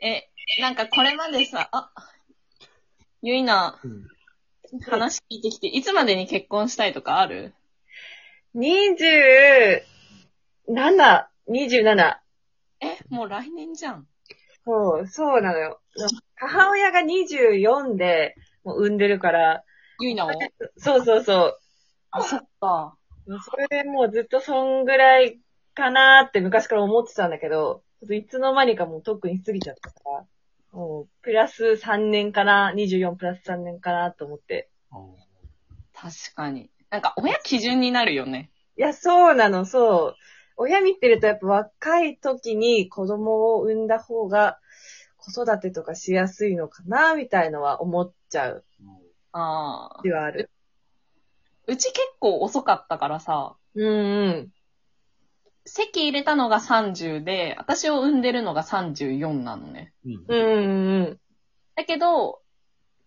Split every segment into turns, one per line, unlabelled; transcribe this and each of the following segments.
え、なんかこれまでさ、あ、ゆいな、
うん
話聞いてきて、いつまでに結婚したいとかある
27、27。
え、もう来年じゃん。
そう、そうなのよ。母親が24で、もう産んでるから、
ゆいなを。
そうそうそう。
あ、そっか。
それでもうずっとそんぐらいかなーって昔から思ってたんだけど、ちょっといつの間にかもう特に過ぎちゃったから、もうプラス3年かな、24プラス3年かなと思って。
確かに。なんか親基準になるよね。
いや、そうなの、そう。親見てるとやっぱ若い時に子供を産んだ方が子育てとかしやすいのかな、みたいのは思っちゃう。
ああ。
ではある。
うち結構遅かったからさ、
うんうん。
席入れたのが30で、私を産んでるのが34なのね。
うん
うんうんうん。
だけど、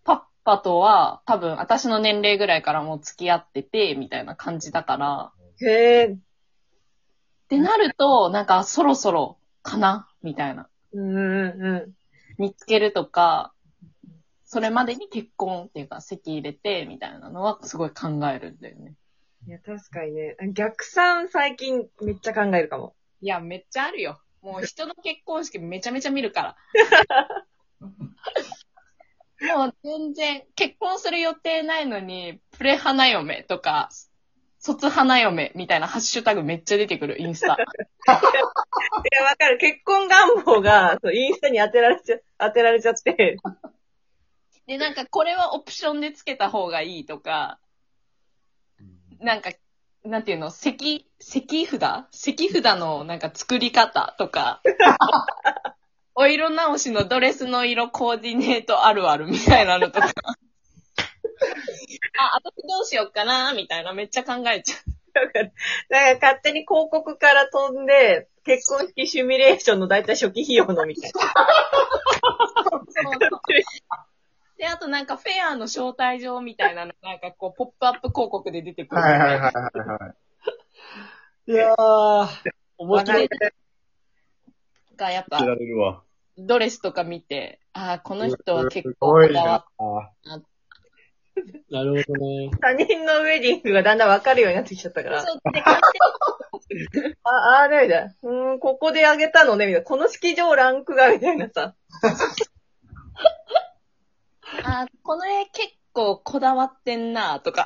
パッパとは多分私の年齢ぐらいからもう付き合ってて、みたいな感じだから、
へえ、
ってなると、なんかそろそろかなみたいな。
うんうんう
見つけるとか、それまでに結婚っていうか席入れて、みたいなのはすごい考えるんだよね。
ん。いや、確かにね。逆算最近めっちゃ考えるかも。
いや、めっちゃあるよ。もう人の結婚式めちゃめちゃ見る から。もう全然、結婚する予定ないのに、プレ花嫁とか、卒花嫁みたいなハッシュタグめっちゃ出てくる、イン スタ。
いや、わかる。結婚願望が、そうインスタに当てられちゃ、当てられちゃって。
で、なんかこれはオプションでつけた方がいいとか、なんか、なんていうの、席、席札席札のなんか作り方と か、お色直しのドレスの色コーディネートあ るあるみたいなのとか。あ、私どうしようかなみたいなめっちゃ考えちゃう。
だから勝手に広告から飛んで、結婚式シミュレーションの大体初期費用のみたいな。
で、あとなんかフェアの招待状みたいなの、なんかこう、ポップアップ広告で出てくる。
はいはいはいはいはい。いやー、面白い。
がやっぱ
知、られるわ。
ドレスとか見て、ああ、この人は結
す
構
ごい
こだわっ
な。 なるほどね。
他人のウェディングがだんだんわかるようになってきちゃったから。
そうって感じ
あ、あれみたいな。うーん、ここであげたのね、みたいな。この式場ランクが、みたいなさ。
であ、この絵結構こだわってんな とか。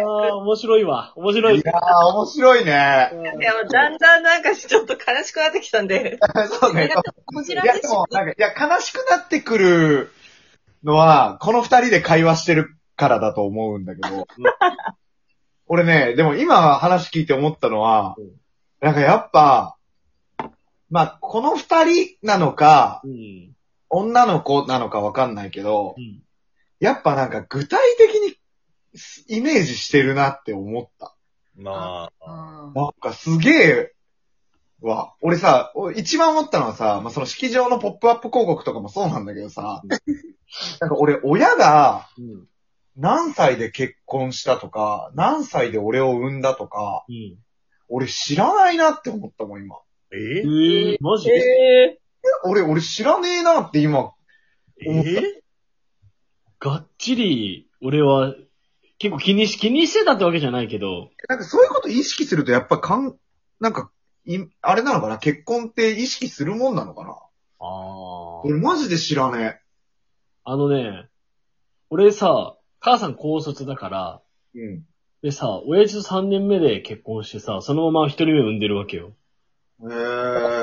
ああ、面白いわ。面白い。
いやー、面白いね。
いや、もうだんだんなんかちょっと悲しくなってきたんで。
そうね。
こ
い
ちら
や、
で。
ですも、なんか、いや、悲しくなってくるのは、この二人で会話してるからだと思うんだけ ど。俺ね、でも今話聞いて思ったのは
うん、
なんかやっぱ、まあ、この二人なのか、
うん。
女の子なのかわかんないけど
う、ん。
やっぱなんか具体的にイメージしてるなって思った。
まあ。
あ
なんかすげえ、わ。俺さ、お一番思ったのはさ、まあ、その式場のポップアップ広告とかもそうなんだけど さ、なんか俺親が
うん。
何歳で結婚したとか、何歳で俺を産んだとか、
うん。
俺知らないなって思ったもん、今。
え
え
ー、マジで
え
俺、俺知らねえなって今、
えーがっちり、俺は、結構気にし、気にしてたってわけじゃないけど、
なんかそういうこと意識するとやっぱかん、なんか、いあれなのかな結婚って意識するもんなのかな
あ
俺マジで知らね
あのね、俺さ、母さん高卒だから、
え。うん。
でさ、親父と3年目で結婚してさ、そのまま1人目産んでるわけよ。
へ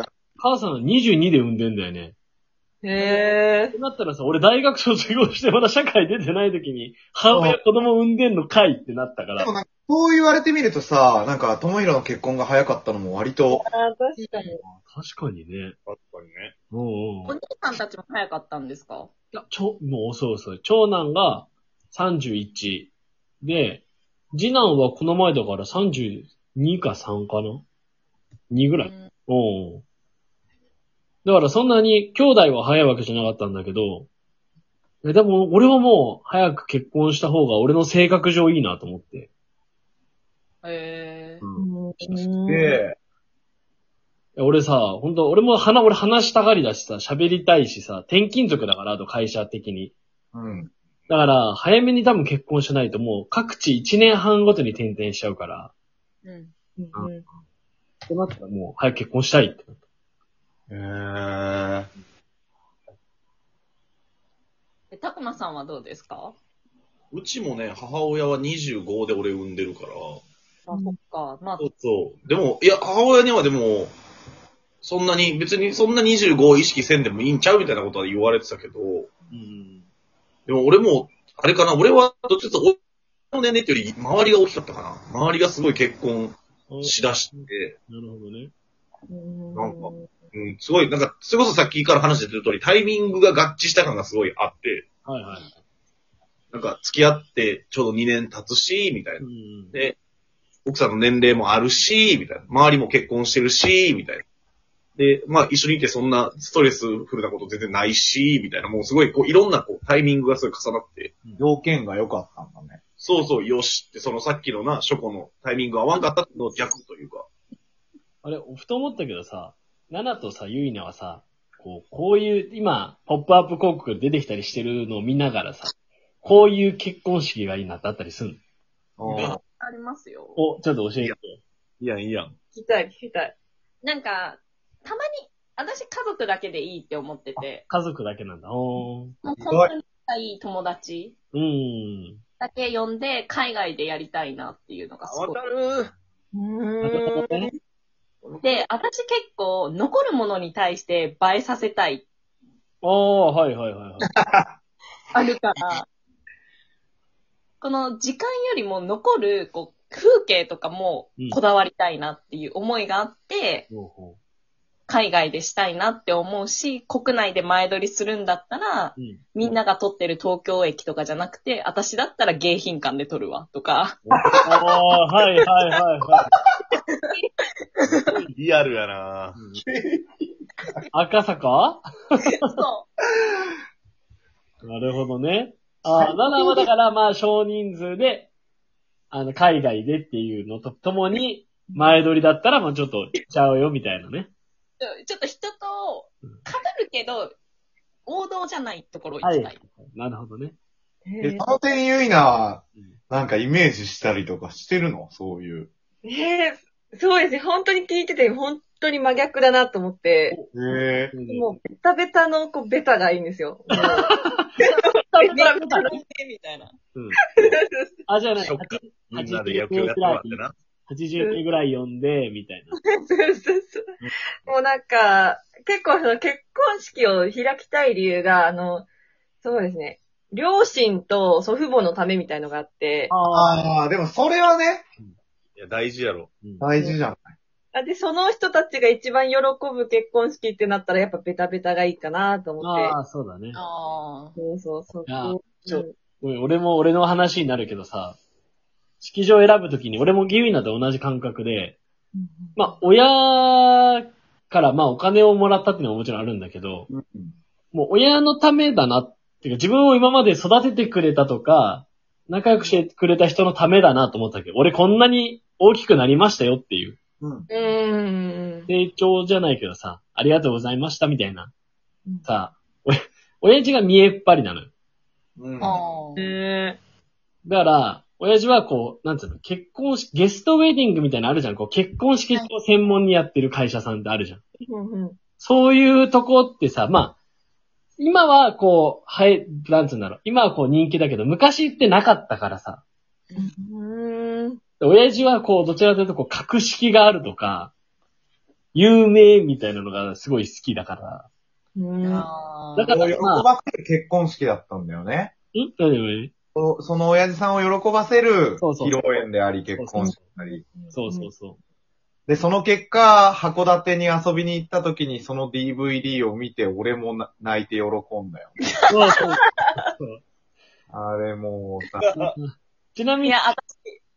え。
母さんは22で産んでんだよね。
ー、え
ってなったらさ、俺大学卒業してまだ社会出てない時に、母親子供産んでんのかいってなったから
でも。なんか、そう言われてみるとさ、なんか、ともひろの結婚が早かったのも割と
ー、、あー、確かに。
確かにね。
確かにね。
うんうんう
お
ん。
兄
い
さんたちも早かったんですか
や、ちょ、もう遅い遅い。長男が31。で、次男はこの前だから32か3かな ?2 ぐらい。
うん
うんうん。だからそんなに兄弟は早いわけじゃなかったんだけど、えでも俺はもう早く結婚した方が俺の性格上いいなと思って。
へえ
うーん
で、
や俺さ、本当俺も話、俺話したがりだしさ、喋りたいしさ、転勤族だから、あと会社的に。
うん。
だから、早めに多分結婚しないともう、各地1年半ごとに転々しちゃうから、
うん。
うんうん
そうなったらもう、早く結婚したいってなった。
えー、
えたくまさんはどうですか
うちもね、母親は25で俺産んでるから。
あ、そっか。まあ
そ、うそう。でも、いや、母親にはでも、そんなに、別にそんな25を意識せんでもいいんちゃうみたいなことは言われてたけど、
うん。
でも俺も、あれかな、俺はどっちかというと、俺の年齢っていうより、周りが大きかったかな。周りがすごい結婚しだして、
なるほどね。
うん
なんかうん、すごい、なんか、それこそさっきから話してる通り、タイミングが合致した感がすごいあって、
はいはい。
なんか、付き合ってちょうど2年経つし、みたいな
う。ん。
で奥さんの年齢もあるし、みたいな。周りも結婚してるし、みたいな。で、まあ一緒にいてそんなストレスフルなこと全然ないし、みたいな。もうすごい、こう、いろんなこうタイミングがすごい重なって、
条件が良かったんだね。
そうそう、よしって、そのさっきのな、初コのタイミングが合わんかったの逆というか。
あれ、ふと思ったけどさ、ナナとさ、ユイナはさ、こう、こういう、今、ポップアップ広告出てきたりしてるのを見ながらさ、こういう結婚式がいいなってあったりする
あ
ありますよ。
のお、ちょっと教えてよ。
いやん、いいやん。
聞きたい、聞きたい。
なんか、たまに、私家族だけでいいって思ってて、
家族だけなんだ。おー。
もう本当に仲いい友達
うん。
だけ呼んで、海外でやりたいなっていうのがすごい。
う
る
なるほ
ー
ど
ん。
ね。
で、私結構、残るものに対して映えさせたい。
おー、はいはいはいはい。
あるから、この時間よりも残る、こう、風景とかもこだわりたいなっていう思いがあって、
ほうほ
海外でしたいなって思うし、国内で前撮りするんだったら、
ううん。
みんなが撮ってる東京駅とかじゃなくて、私だったら迎賓館で撮るわ、とか。
おー、はいはいはいは。
リアルやない
うん赤坂
そ
なるほどね。ああ、ナナはだから、まあ、少人数で、あの、海外でっていうのとともに、前撮りだったら、まあ、ちょっと、ちゃうよ、みたいなね。
う。ちょっと人と被るけど、王道じゃないところ行
は
き
い
たい。。
なるほどね。
え、
え
その点ゆいな、なんかイメージしたりとかしてるのそういう。
ーえーそうですね。本当に聞いてて、本当に真逆だなと思って、
へえ
もうベタベタの、こう、ベタがいいんですよ。もう
ベタベタだねみたいな。
うん。あ、じゃあなんか
そっか、
みんなで野球やってもらって
な。
80手ぐらい読んで、みたいな。
そうそうそう。もうなんか、結構その結婚式を開きたい理由が、あの、そうですね。両親と祖父母のためみたいのがあって、
ああ。
ああ、でもそれはね、
いや、大事やろ。
大事じゃん。
あで、その人たちが一番喜ぶ結婚式ってなったら、やっぱベタベタがいいかなと思って
あ。あ、そうだね。
ああ。
そうそう、そ
あ
こ。
ちょ
うん
ごめん俺も、俺の話になるけどさ、式場選ぶときに、俺もギウイナと同じ感覚で、まあ、親から、まあ、お金をもらったっていうのはもちろんあるんだけど、
うん。
もう親のためだな、っていうか自分を今まで育ててくれたとか、仲良くしてくれた人のためだなと思ったけど、俺こんなに大きくなりましたよっていう、
うん。
うーん。
成長じゃないけどさ、ありがとうございましたみたいな、さ、お 親父が見えっ張りなのよ。
うん。
あー
え
だから、親父はこう、なんつうの、結婚式、ゲストウェディングみたいなのあるじゃん。こう、結婚式を専門にやってる会社さんってあるじゃん。
ーうんうん
そういうとこってさ、まあ、今はこう、はい、なんつうんだろう。今はこう人気だけど、昔ってなかったからさ。
うーん。
で親父はこう、どちらかというとこう、格式があるとか、有名みたいなのがすごい好きだから。
うん
あー。
だから
こう喜ばせる結婚式だったんだよね。
ん何何
そその親父さんを喜ばせる
そう
披
そう
露宴であり、結婚式なり。
そうそうそ
で、その結果、函館に遊びに行った時にその DVD を見て、俺もな泣いて喜んだよ。
う。そうそう そう
あれもうさ、
ちなみ
い
に
や、、私、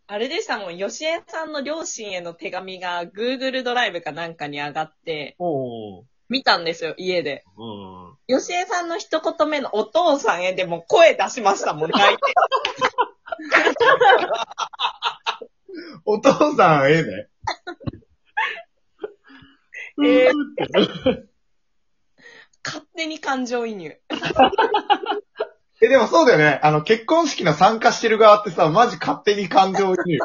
あれでしたもん、吉江さんの両親への手紙が Google ドライブかなんかに上がって、
おう
見たんですよ、家で。
おううん。
吉江さんの一言目のお父さんへでも声出しましたもん、泣 いて。
お父さんええね。
え
勝手に感情移入。
え、でもそうだよね。あの、結婚式の参加してる側ってさ、マジ勝手に感情移入。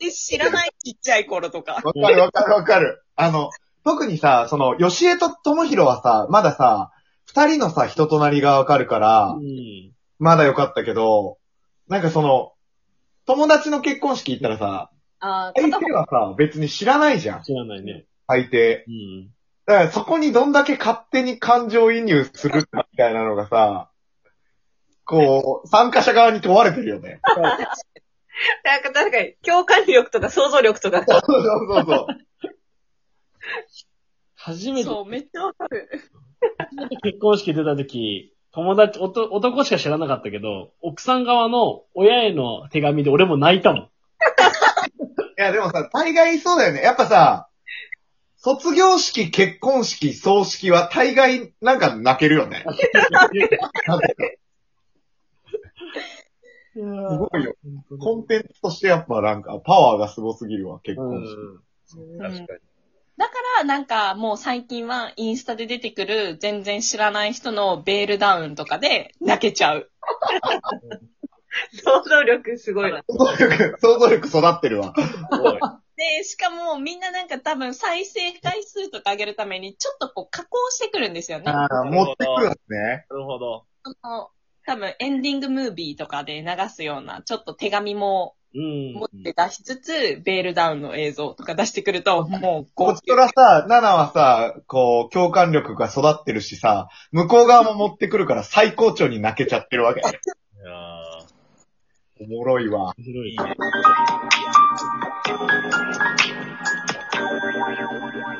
で、知らないちっちゃい頃とか。
わかるわかるわかる。あの、特にさ、その、吉江と智弘はさ、まださ、二人のさ、人となりがわかるから、
うん
まだよかったけど、なんかその、友達の結婚式行ったらさ、
あー
相手はさ、別に知らないじゃん。
知らないね。
相手。
うん。
だからそこにどんだけ勝手に感情移入するかみたいなのがさ、こう、参加者側に問われてるよね。
なんか確かに、共感力とか想像力とか。
そうそうそうそう。
初めて
そう、めっちゃわかる。
結婚式出た時、友達、おと男しか知らなかったけど、奥さん側の親への手紙で俺も 泣いたもん。
いや、でもさ、大概そうだよね。やっぱさ、卒業式、結婚式、葬式は大概なんか泣けるよね。
す
すごいよ。コ
本
ンテンツとしてやっぱなんかパワーがすごすぎるわ、結
当
婚
に
式。
確か
だ
に。
から、なんか、もう最近はインスタで出てくる全然知らない人のベールダウンとかで泣けちゃう。
想像力すごいな。
想像力、想像力育ってるわ。
すごい
で、しかもみんななんか多分再生回数とか上げるためにちょっとこう加工してくるんですよね。
あー持ってくるんですね。
なるほど。
その多分エンディングムービーとかで流すようなちょっと手紙も
うん。
持って出しつつ、ベールダウンの映像とか出してくると、もう
こ
号
っ
泣
ちからさ、ナナはさ、こう、共感力が育ってるしさ、向こう側も持ってくるから最高潮に泣けちゃってるわけ。
いや
おもろいわ。
面白い。
ーいいね。